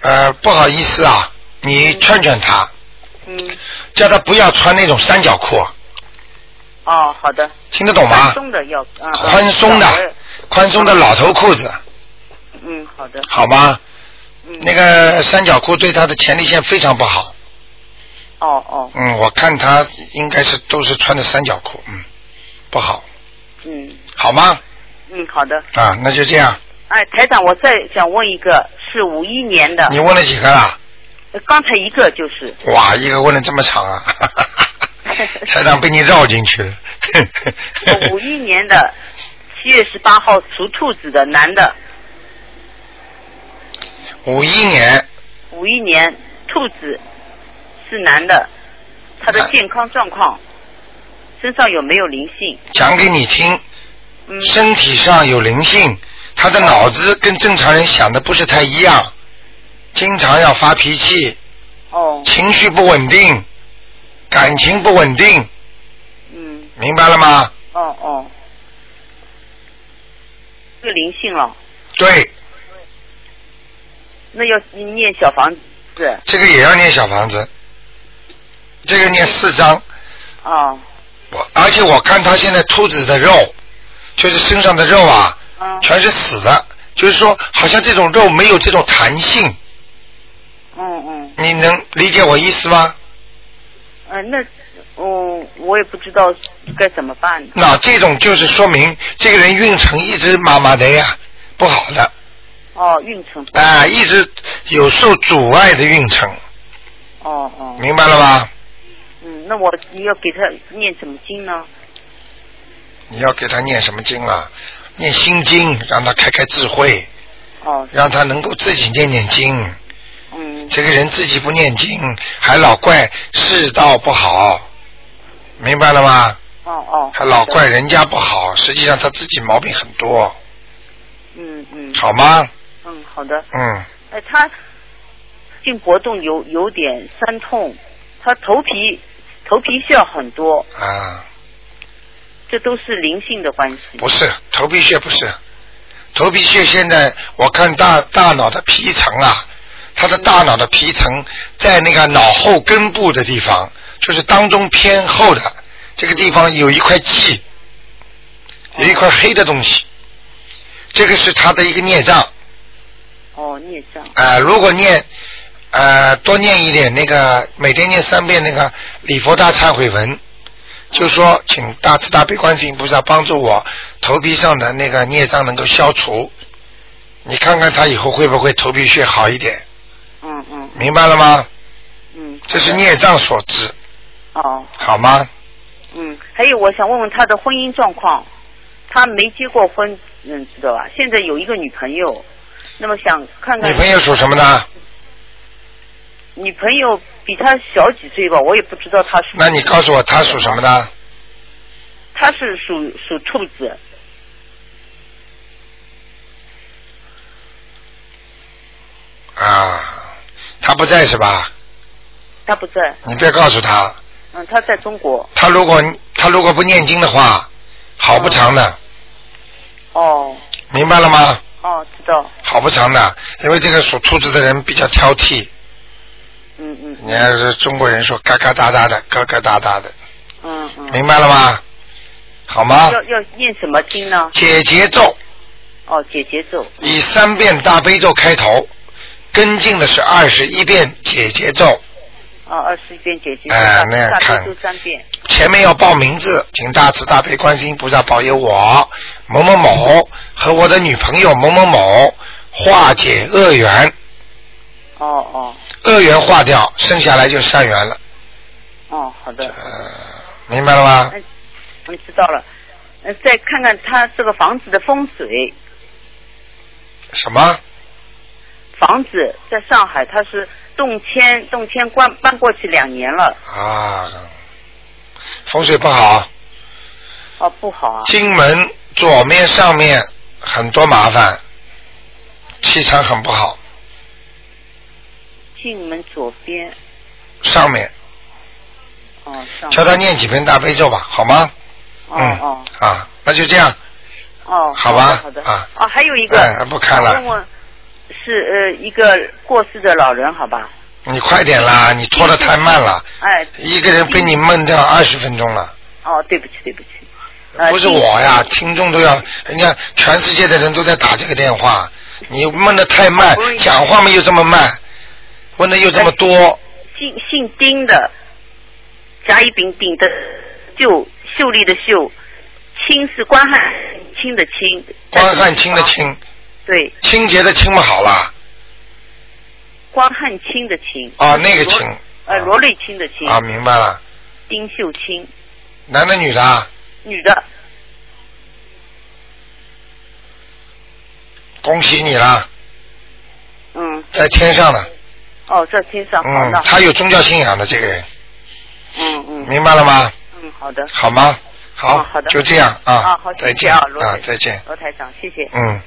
呃，不好意思啊，你劝劝他，嗯，叫他不要穿那种三角裤，哦，好的，听得懂吗宽？松的要，啊，啊宽松小儿的，宽松的老头裤子，嗯，好的，好吗？嗯，那，个三角裤对他的前列腺非常不好。哦哦，嗯，我看他应该是都是穿的三角裤，嗯，不好，嗯好吗？嗯，好的。啊，那就这样。哎，台长，我再想问一个，是五一年的，你问了几个了？呃刚才一个就是，哇，一个问了这么长 啊！台长被你绕进去了。五一年的七月十八号属兔子的男的，五一年，五一年兔子是男的，他的男健康状况，身上有没有灵性？讲给你听，嗯，身体上有灵性，他的脑子跟正常人想的不是太一样，经常要发脾气，哦，情绪不稳定，感情不稳定，嗯，明白了吗？哦哦，这个灵性了，对，那要念小房子这个也要念小房子，这个念四张。啊，我而且我看他现在兔子的肉，就是身上的肉啊，嗯全是死的，就是说好像这种肉没有这种弹性，嗯嗯，你能理解我意思吗？呃，那我我也不知道该怎么办。那这种就是说明这个人运程一直麻麻的呀，不好的，哦，运程不啊、一直有受阻碍的运程，哦哦，明白了吧？嗯，那我你要给他念什么经呢？你要给他念什么经啊？念心经，让他开开智慧，哦，让他能够自己念念经。嗯，这个人自己不念经，还老怪世道不好，明白了吗？哦哦，还老怪人家不好，实际上他自己毛病很多，嗯嗯好吗？嗯，好的。嗯，哎，他颈搏动有有点酸痛，他头皮头皮屑很多，啊，这都是灵性的关系。不是头皮屑，不是头皮屑。现在我看大大脑的皮层啊，他的大脑的皮层在那个脑后根部的地方，就是当中偏后的这个地方有一块记，有一块黑的东西，这个是他的一个孽障。哦，孽障。呃，如果念呃多念一点那个，每天念三遍那个礼佛大忏悔文，就说请大慈大悲观世音菩萨帮助我头皮上的那个孽障能够消除。你看看他以后会不会头皮屑好一点？嗯嗯明白了吗？嗯。这是孽障所致，哦，好吗？嗯，还有我想问问他的婚姻状况，他没结过婚，嗯，知道吧？现在有一个女朋友，那么想看看女朋友属什么呢？女朋友比他小几岁吧，我也不知道他属。那你告诉我他属什么？呢？他是属属兔子，啊，他不在是吧？他不在，你别告诉他，嗯，他在中国。他如果他如果不念经的话，好不长的。哦明白了吗？哦，知道，好不长的，因为这个属兔子的人比较挑剔，嗯嗯你看这中国人说嘎嘎哒哒的，疙疙瘩瘩的，嗯嗯。明白了吗？好吗？要要念什么经呢？解结咒哦，解结咒。以三遍大悲咒开头，跟进的是二十一遍解结咒，哦，二十一遍解结咒，哎那大看悲咒三遍。前面要报名字，请大慈大悲观世音菩萨保佑我某某某和我的女朋友某某某化解恶缘，哦哦恶缘化掉，剩下来就善缘了，哦，好的，呃，明白了吗？嗯，知道了。嗯，再看看他这个房子的风水，什么？房子在上海，它是动迁，动迁搬搬过去两年了，啊，风水不好，哦，不好啊，金门左面上面很多麻烦，气场很不好，进门左边，上面哦，上，叫他念几篇大悲咒吧，好吗？哦嗯哦啊，那就这样，哦，好好吧的好的，啊哦，还有一个，哎不看了我问问，是呃一个过世的老人，好吧？你快点啦，你拖得太慢了，哎，一个人被你闷掉二十分钟了，哦，对不起对不起，呃不是第我呀，听众都要，人家全世界的人都在打这个电话，你闷得太慢不是，讲话嘛又这么慢，问的又这么呃多，姓姓丁的，甲乙丙丁的，就秀丽的秀，清是关汉清的清，关汉卿的卿，对，清洁的清嘛好了，关汉卿的卿。啊那个罗卿呃，啊罗瑞卿的卿，啊，明白了，丁秀清，男的女的啊，女的，恭喜你了，嗯，在天上呢，哦，在天上，好嗯的，，他有宗教信仰的这个人，嗯嗯明白了吗？嗯，好的，好吗？嗯好的就这样啊，啊，好，再谢谢见啊，罗啊台，再见，罗台长，谢谢。嗯，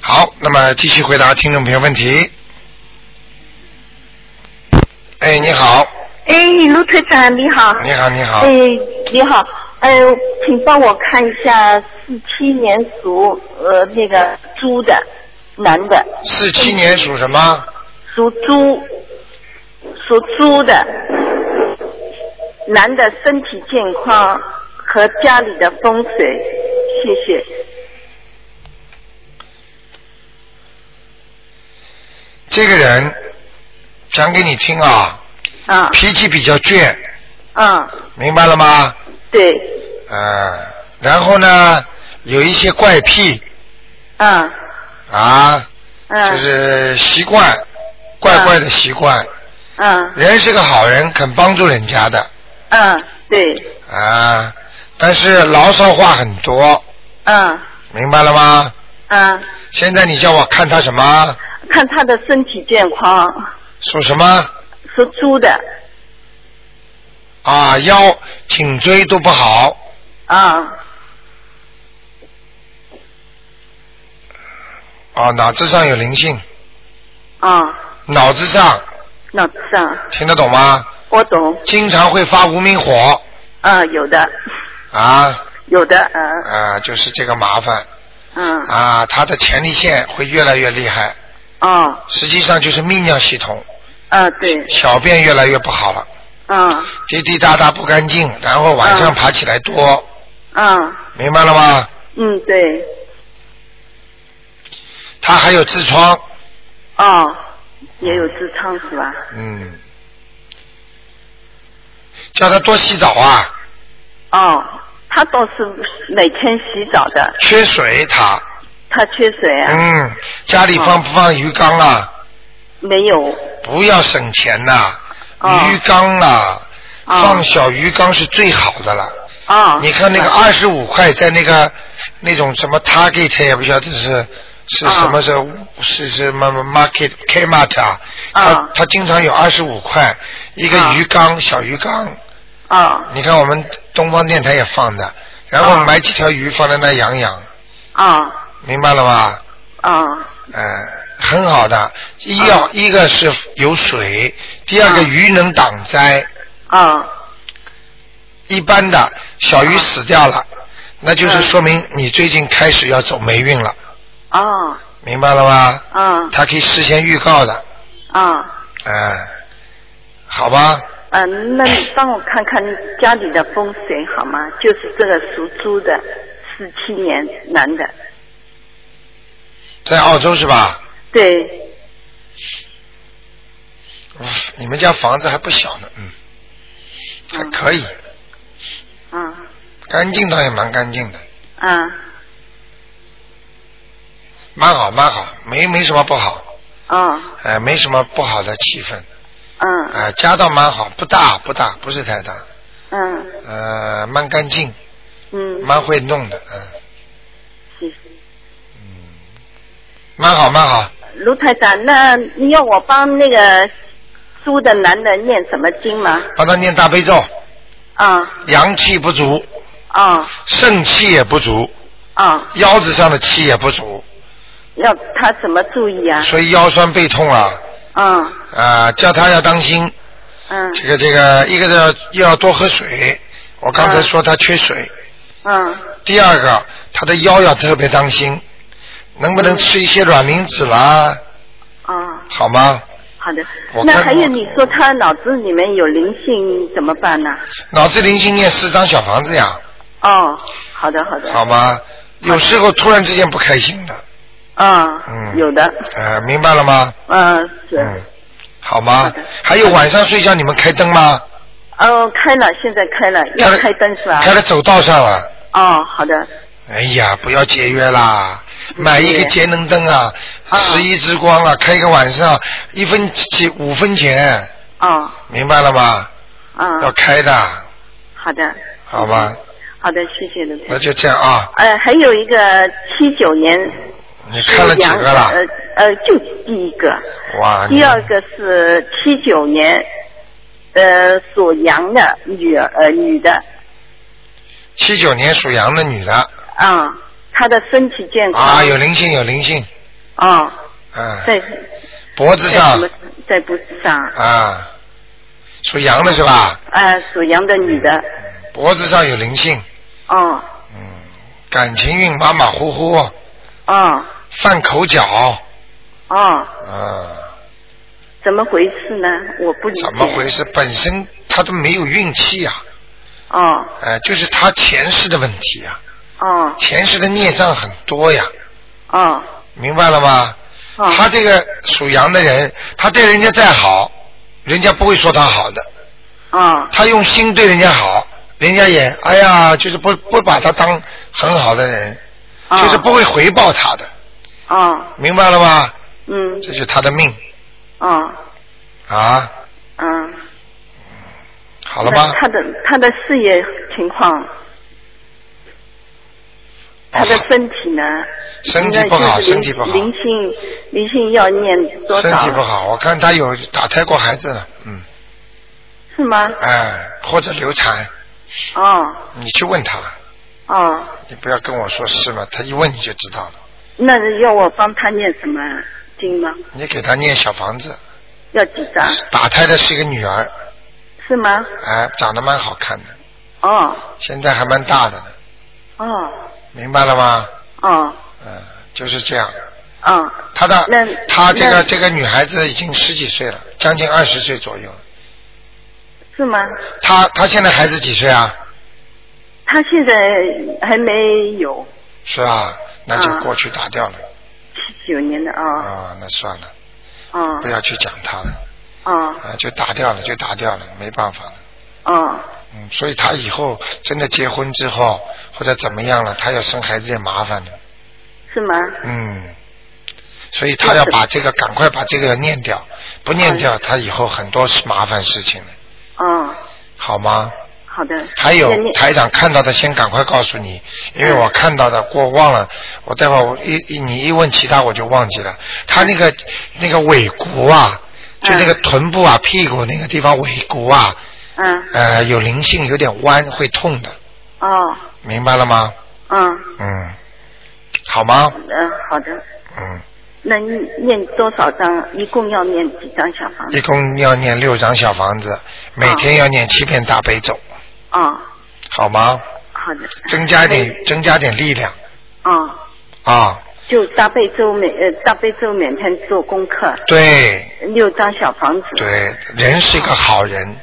好，那么继续回答听众朋友问题。哎，你好，哎，卢台长你好。你好，你好哎，，你好，哎，请帮我看一下四七年属呃那个猪的男的，四七年属什么？属猪，属猪的男的身体健康和家里的风水，谢谢。这个人讲给你听啊，啊脾气比较倔，啊，明白了吗？对，呃，然后呢，有一些怪癖啊啊，啊嗯嗯就是习惯，怪怪的习惯。啊人是个好人，肯帮助人家的啊，对，啊，但是牢骚话很多，啊明白了吗？啊，现在你叫我看他什么？看他的身体健康，属什么？属猪的啊，腰、颈椎都不好，啊啊，脑子上有灵性，啊，脑子上脑子上听得懂吗？我懂，经常会发无名火啊有的啊有的，嗯啊，就是这个麻烦嗯啊，他的前列腺会越来越厉害，哦实际上就是泌尿系统，啊对，小便越来越不好了，嗯滴滴答答不干净，然后晚上嗯爬起来多，嗯明白了吗？嗯对，他还有痔疮，哦也有痔疮是吧？嗯，叫他多洗澡啊，哦，他倒是每天洗澡的，缺水他，他缺水啊？嗯，家里放不放鱼缸啊？没有不要省钱呐、哦鱼缸啊，哦放小鱼缸是最好的了。啊？你看那个二十五块，在那个那种什么 Target 也不晓得是是哦什么是、是是什么 Market Kmart 啊，哦它它经常有二十五块一个哦鱼缸、小鱼缸，啊你看我们东方电台也放的，然后哦买几条鱼放在那养养，啊明白了吧？啊呃，很好的，一要、一个是有水，第二个啊鱼能挡灾。啊一般的小鱼死掉了，那就是嗯说明你最近开始要走霉运了，啊明白了吗？啊它可以事先预告的，啊！嗯、好吧，嗯，那你帮我看看家里的风水好吗？就是这个属猪的，四七年男的，在澳洲是吧？对，嗯你们家房子还不小呢，嗯，还可以，啊干净倒也蛮干净的，啊蛮好蛮好，没没什么不好，啊哎、没什么不好的气氛。嗯啊，家倒蛮好，不大不大，不是太大，嗯呃，蛮干净，嗯，蛮会弄的，嗯、谢谢。蛮好蛮好。卢台长，那你要我帮那个租的男的念什么经吗？帮他念大悲咒，啊阳气不足，啊肾气也不足，啊！腰子上的气也不足，要他怎么注意啊？所以腰酸背痛啊嗯啊、叫他要当心。嗯这个这个，一个是要要多喝水，我刚才说他缺水。嗯第二个，他的腰要特别当心，能不能吃一些软磷脂啦？啊，好吗？好的我。那看还有你说他脑子里面有灵性怎么办呢、脑子灵性念四张小房子呀，哦，好的好的。好吗？有时候突然之间不开心的，啊，嗯有的，呃，明白了吗？嗯是。嗯，好吗好的？还有晚上睡觉你们开灯吗？哦，开了，现在开了，要开灯是吧？开在走道上了。哦，好的，哎呀，不要节约啦，买一个节能灯啊，嗯啊十一之光啊，开一个晚上一分几五分钱，哦，明白了吗？要嗯，开的，好的，好吧？好的，谢谢卢那台长。就这样啊。呃，还有一个七九年你看了几羊个了？呃呃，就第一个，哇，你第二个是七九年，呃，属羊的女儿呃女的，七九年属羊的女的啊、她的身体健康，啊，有灵性，有灵性，哦，啊，在脖子在上什么在脖子上，啊，属羊的是吧？呃，属羊的女的，嗯脖子上有灵性，哦嗯，感情运马马虎虎，哦犯口角，哦，啊。怎么回事呢？我不理解，怎么回事？本身他都没有运气呀、哦哎、就是他前世的问题呀、哦前世的孽障很多呀，哦明白了吗？哦，他这个属羊的人，他对人家再好，人家不会说他好的，哦他用心对人家好，人家也哎呀，就是不不把他当很好的人，哦就是不会回报他的，哦明白了吗？嗯这就是他的命哦啊，嗯，好了吗那？他的他的事业情况，他的哦身体呢？身体不好，身体不好，灵性灵性要念多身少？体不好，我看他有打胎过孩子了，嗯。是吗？哎，或者流产，哦你去问他，哦，你不要跟我说是吗？他一问你就知道了。那要我帮他念什么经吗？你给他念小房子，要几张？打胎的是一个女儿，是吗？哎，长得蛮好看的，哦现在还蛮大的呢，哦明白了吗？哦嗯，就是这样。哦他的那他这个那这个女孩子已经十几岁了，将近二十岁左右了。是吗？他他现在孩子几岁啊？他现在还没有是吧？那就啊过去打掉了七九年的啊、啊那算了，啊不要去讲他了啊啊，就打掉了，就打掉了，没办法了。啊嗯，所以他以后真的结婚之后或者怎么样了，他要生孩子也麻烦的。是吗？嗯，所以他要把 这个赶快把这个念掉，不念掉他以后很多是麻烦事情的，哦，好吗？好的。还那有你台长看到的，先赶快告诉你，因为我看到的过忘了，我待会儿我一一你一问其他我就忘记了。他那个那个尾骨啊，就那个臀部啊、屁股那个地方尾骨啊，嗯呃，有灵性，有点弯，会痛的，哦明白了吗？嗯嗯，好吗？嗯，好的。嗯，那你念多少张？一共要念几张小房子一？共要念六张小房子，每天要念七遍大悲咒，哦，好吗？嗯好的。增加一点，增加点力量哦，啊！就大悲咒每呃大悲咒每天做功课，对六张小房子。。对，人是一个好人，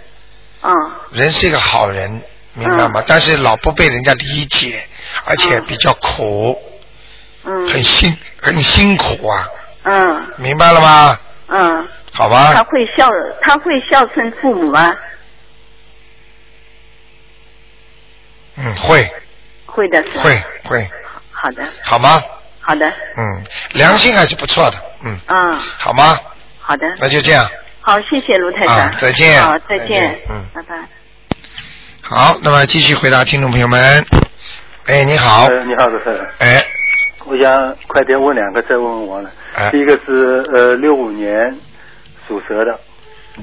哦人是一个好人，明白吗？但是老不被人家理解，而且比较苦，嗯很辛很辛苦啊，嗯明白了吗？嗯，好他吧，会孝他会孝顺父母吗？嗯，会会的是吧。会会，好的，好吗？好的，嗯，良心还是不错的，嗯，嗯，好吗？好的，那就这样。好，谢谢卢台长，哎啊再见好，再再见见，嗯拜拜。好，那么继续回答听众朋友们。哎，你好，呃，你好，卢先生，哎，我想快点问两个，再问问完了。哎第一个是呃六五年属蛇的，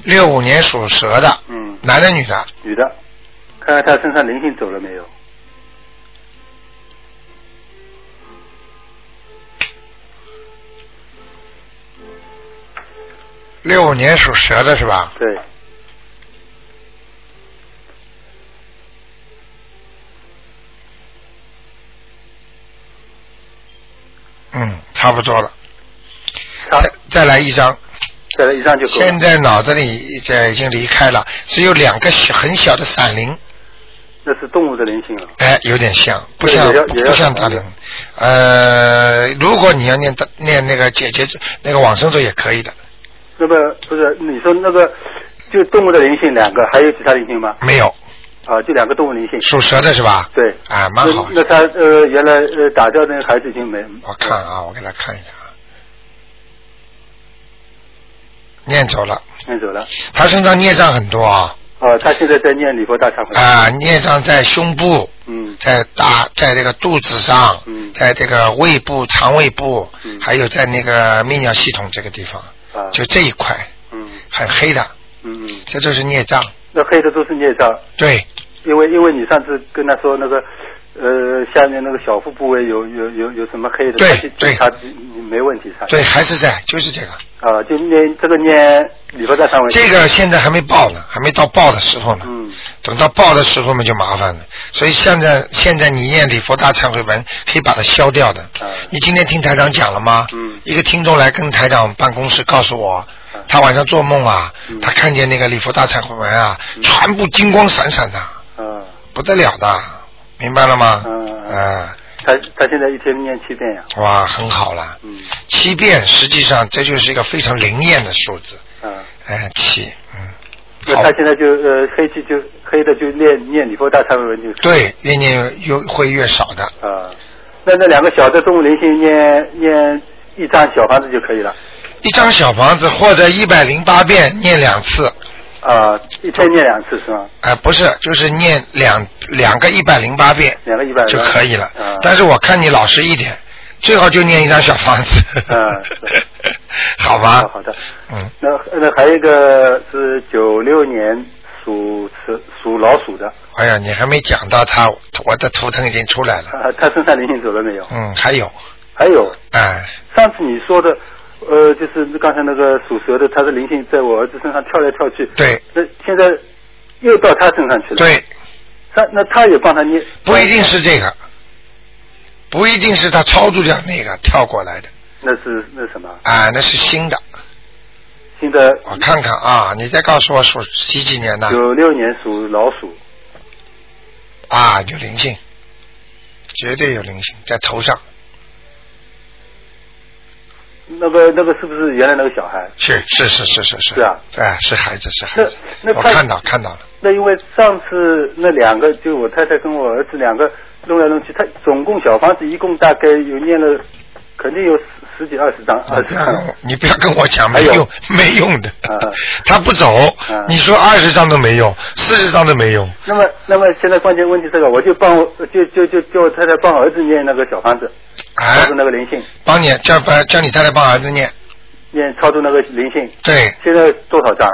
六五年属蛇的，嗯，男的女的？女的，看看她身上灵性走了没有？六五年属蛇的是吧？对，嗯，差不多了。她再再来一张，再来一张就够现了。在脑子里这已经离开了，只有两个小很小的闪灵，那是动物的灵性啊。哎，有点像，不对像也要不也不要像大小灵灵。呃，如果你要念大念那个姐姐那个往生咒也可以的，那么不是你说那个就动物的灵性两个，还有其他灵性吗？没有啊，就两个动物灵性。属蛇的是吧？对，啊，蛮好那那的。他呃原来呃打掉那个孩子已经没。我看啊，我给他看一下啊，念走了，念走了。他身上孽障很多啊啊，他现在在念礼佛大忏悔。啊，孽障在胸部，嗯在大在这个肚子上，嗯在这个胃部、肠胃部，嗯还有在那个泌尿系统这个地方，啊，就这一块嗯很黑的，嗯嗯，这就是孽障。那黑的都是孽障，对，因为因为你上次跟他说那个。呃，下面那个小腹部位有有有有什么黑的？对他去对他你没问题，他对，还是在，就是这个，啊，就念这个念礼佛大忏悔。这个现在还没报呢，还没到报的时候呢。嗯等到报的时候嘛，就麻烦了。所以现在现在你念礼佛大忏悔文，可以把它消掉的。嗯你今天听台长讲了吗？嗯一个听众来跟台长办公室告诉我嗯，他晚上做梦啊，嗯他看见那个礼佛大忏悔文啊，全部金光闪闪的，啊，不得了的，明白了吗？嗯嗯啊、他他现在一天念七遍呀。哇，很好了。嗯七遍实际上这就是一个非常灵验的数字，啊，哎，七，嗯。那好他现在就呃黑气就黑的就念念礼佛大忏悔文就是。对，越念越会越少的。啊，那那两个小的动物灵性念念一张小房子就可以了。一张小房子或者一百零八遍念两次，啊，一天念两次是吗？哎、不是，就是念两两个一百零八遍两个一百就可以了啊。。但是我看你老实一点，最好就念一张小房子。嗯是 好吧。好的。嗯，那那还有一个是九六年属蛇属老鼠的，哎呀，你还没讲到他，我的图腾已经出来了。啊，他身上灵性走了没有？嗯，还有，还有哎，上次你说的，呃，就是刚才那个属蛇的，他的灵性在我儿子身上跳来跳去。对那现在又到他身上去了。。对，他那他也帮他念。不一定是这个，不一定是他操作掉那个跳过来的，那是那什么啊，那是新的。新的我看看啊，你再告诉我属几几年的九六年属老鼠，啊？有灵性，绝对有灵性，在头上那个那个是不是原来那个小孩？是是是是是是，是啊哎，是孩子是孩子，那那我他看到看到了，那因为上次那两个，就我太太跟我儿子两个弄来弄去，他总共小房子一共大概有念了，肯定有十十几二十张，你二不十要张。跟我啊 你不要跟我讲呃还没有用没用的啊， 他不走啊，你说二十张都没用，四十张都没用，那么，那么现在关键问题这个，我就帮我就就就叫我太太帮儿子念那个小房子，超哎度，那个灵性，帮你叫把叫你太太帮儿子念，念超度那个灵性。对，现在多少张？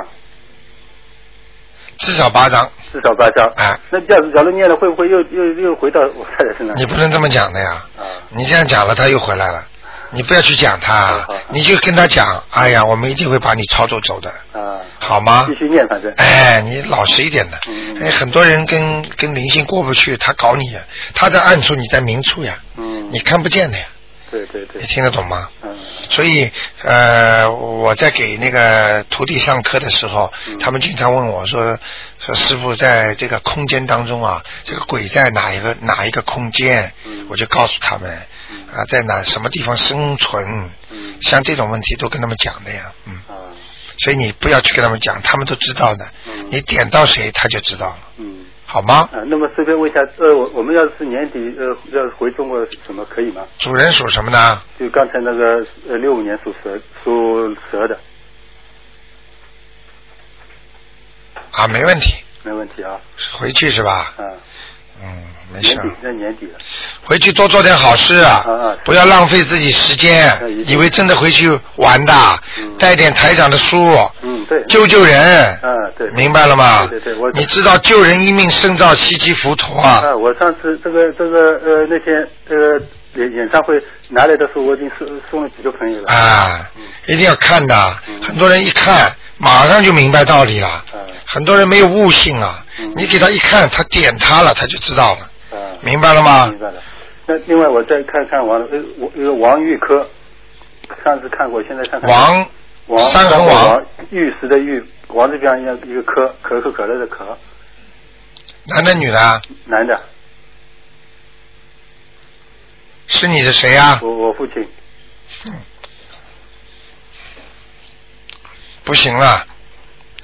至少八张，至少八张。哎那这样子，假如念了，会不会又又又回到我太太身上？你不能这么讲的呀，啊，你这样讲了，他又回来了。你不要去讲好他好好，你就跟他讲，哎呀，我们一定会把你操作走的，啊，好吗继？续念，反正。哎，你老实一点的。嗯哎，很多人跟跟灵性过不去，他搞你呀，他在暗处，你在明处呀，嗯，你看不见的呀，对对对你，听得懂吗？嗯所以，呃，我在给那个徒弟上课的时候，嗯他们经常问我说：“说师傅，在这个空间当中啊，这个鬼在哪一个哪一个空间？”嗯我就告诉他们嗯啊，在哪什么地方生存，嗯像这种问题都跟他们讲的呀，嗯，啊所以你不要去跟他们讲，他们都知道的，嗯你点到谁他就知道了，嗯好吗？啊，那么随便问一下，呃，我我们要是年底呃要是回中国怎么可以吗？主人属什么呢？就刚才那个呃六五年属蛇属蛇的，啊，没问题，没问题啊，回去是吧？啊，嗯，没事年儿。底在年底了，回去多做点好事，啊不要浪费自己时间那一，定以为真的回去玩的，嗯带点台长的书，嗯嗯，对。救救人。嗯，对。明白了吗？对对对，我你知道救人一命胜造七级浮屠啊！啊，我上次这个这个呃那天这个演演唱会拿来的时候，我已经送送了几个朋友了。啊，嗯一定要看的。很多人一看，马上就明白道理啊了。很多人没有悟性啊，嗯你给他一看，他点他了，他就知道了。啊，明白了吗明白了。那另外我再看看王呃我呃王玉科，上次看过，现在看看王王三横王王玉石的玉，王字边一样一个科，可口可乐的可，男的女的啊？男的，是你的谁啊呀、我我父亲不行了，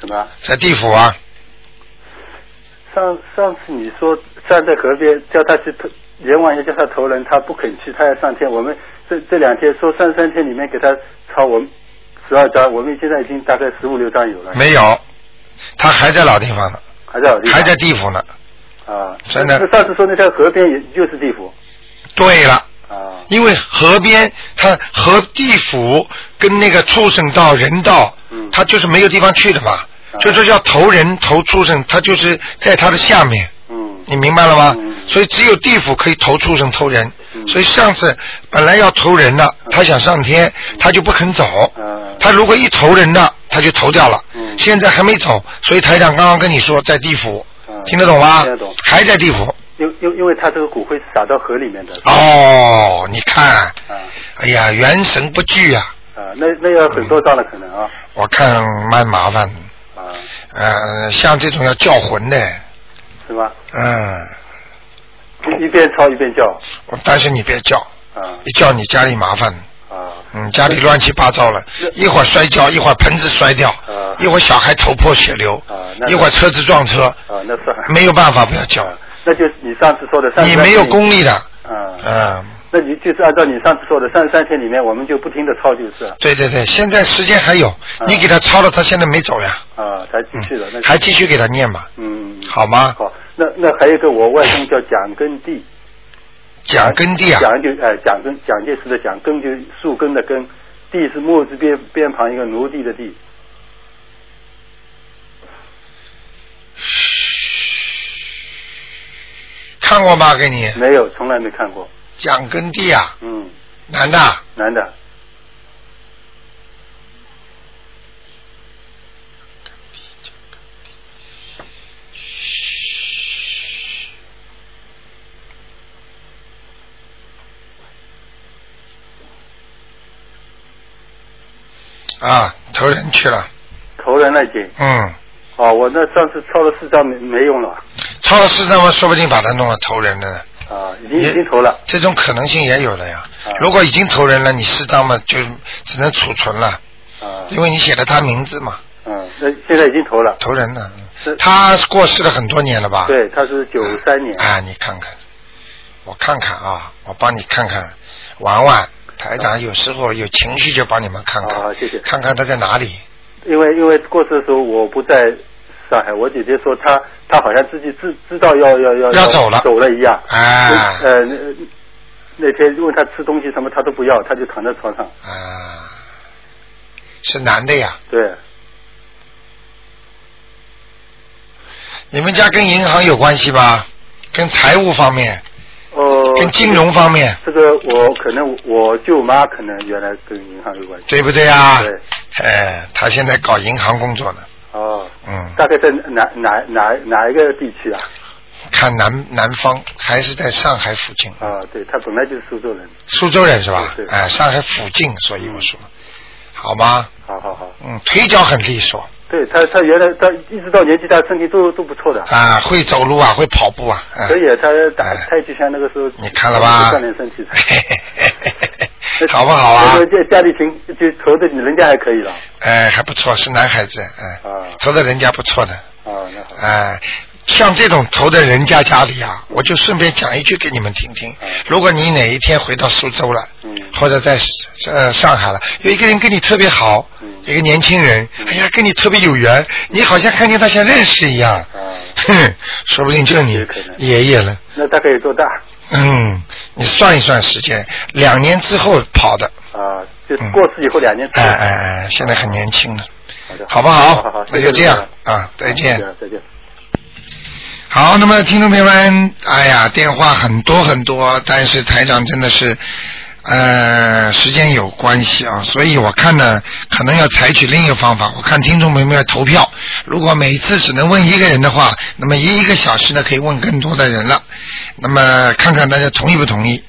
什么？在地府啊！上上次你说站在河边叫他去投，阎王爷叫他投人，他不肯去，他要上天。我们这这两天说上三天里面给他抄我们十二章，我们现在已经大概十五六章有了，没有，他还在老地方呢，还在还在地府呢。啊。真的那上次说那条河边也就是地府对了，啊，因为河边，它和地府跟那个畜生道、人道，嗯它就是没有地方去的嘛，啊就是要投人、投畜生，它就是在它的下面。嗯，嗯你明白了吗？所以只有地府可以投畜生、投人。所以上次本来要投人的，他想上天，嗯他就不肯走。啊他如果一投人的，他就投掉了。嗯现在还没走，所以台长刚刚跟你说在地府，听得懂吗？啊听得懂还在地府。因因因为他这个骨灰是撒到河里面的哦，你看，啊哎呀，元神不聚啊，啊，那那要很多章了可能啊我看蛮麻烦的。啊，呃，像这种要叫魂的，是吧？嗯，一一边抄一边叫但是你别叫，啊一叫你家里麻烦，啊嗯，家里乱七八糟了，一会儿摔跤，一会儿盆子摔掉，啊一会儿小孩头破血流，啊，那一会儿车子撞车，啊，那算没有办法不要叫，那就是你上次说的三十你三没有天功力的，啊。嗯，那你就是按照你上次说的，三十三天里面我们就不停的抄就是了对对对，现在时间还有，你给他抄了，他现在没走呀，啊，才继啊续的。那嗯还继续给他念吧，嗯，好吗？好。那那还有一个我外公叫蒋根地，讲根地啊，蒋就哎蒋根蒋介石的蒋，根就树根的根，地是木字边边旁一个奴隶的地。看过吗？给你没有，从来没看过。讲根地啊，嗯，男的啊，男的，啊，投人去了，投人了已经。嗯，哦，我那上次抄了四张没没用了超了四张嘛，说不定把他弄了投人了呢。啊，已经已经投了。这种可能性也有的呀。啊如果已经投人了，你四张嘛就只能储存了，啊，因为你写了他名字嘛，嗯，那现在已经投了。投人了。是他过世了很多年了吧？。对，他是九三年。啊，你看看，我看看啊，我帮你看看，玩玩。台长有时候有情绪就帮你们看看，好，啊谢谢。看看他在哪里。因为因为过世的时候我不在上海，我姐姐说她她好像自己知知道要要要要走了走了一样。啊呃，那那天问她吃东西什么，她都不要，她就躺在床上。啊，是男的呀。对，你们家跟银行有关系吧？跟财务方面，哦、跟金融方面，这个我可能我舅妈可能原来跟银行有关系。对不对啊？对，哎，他现在搞银行工作呢。哦，嗯，大概在哪哪哪哪一个地区啊？看南南方还是在上海附近，啊，对，她本来就是苏州人。苏州人是吧对？对哎，上海附近，所以我说，好吗？好好好，嗯，腿脚很利索对她她原来她一直到年纪大，身体都都不错的。啊，会走路啊，会跑步啊，哎可以，他打太极拳那个时候，你看了吧哎锻炼身体的。 好不好啊那时候家家里情就投的人家还可以了哎，还不错，是男孩子，哎，啊投的人家不错的，啊，那好哎，像这种投在人家家里啊，我就顺便讲一句给你们听听。嗯如果你哪一天回到苏州了，或者在呃上海了，有一个人跟你特别好，嗯一个年轻人，哎呀，跟你特别有缘，你好像看见他像认识一样，啊，哼，说不定就是你有可能爷爷了。那大概有多大嗯，你算一算时间，两年之后跑的，啊？就是过世以后两年左哎右。哎哎，现在很年轻了，好的，好不好好好好，？那谢谢就这样台啊，再长见。再见。好，那么听众朋友们，哎呀，电话很多很多，但是台长真的是，呃，时间有关系啊，所以我看呢，可能要采取另一个方法。我看听众朋友们要投票，如果每次只能问一个人的话，那么一一个小时呢可以问更多的人了。那么看看大家同意不同意。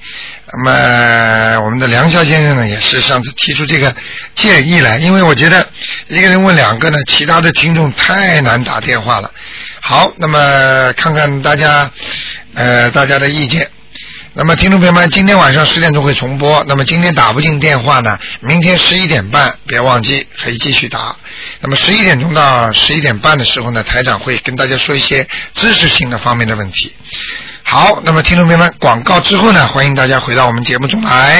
那么我们的梁霄先生呢，也是上次提出这个建议来，因为我觉得一个人问两个呢，其他的听众太难打电话了。好，那么看看大家呃大家的意见。那么，听众朋友们，今天晚上十点钟会重播。那么今天打不进电话呢，明天十一点半别忘记可以继续打。那么十一点钟到十一点半的时候呢，台长会跟大家说一些知识性的方面的问题。好，那么听众朋友们，广告之后呢，欢迎大家回到我们节目中来。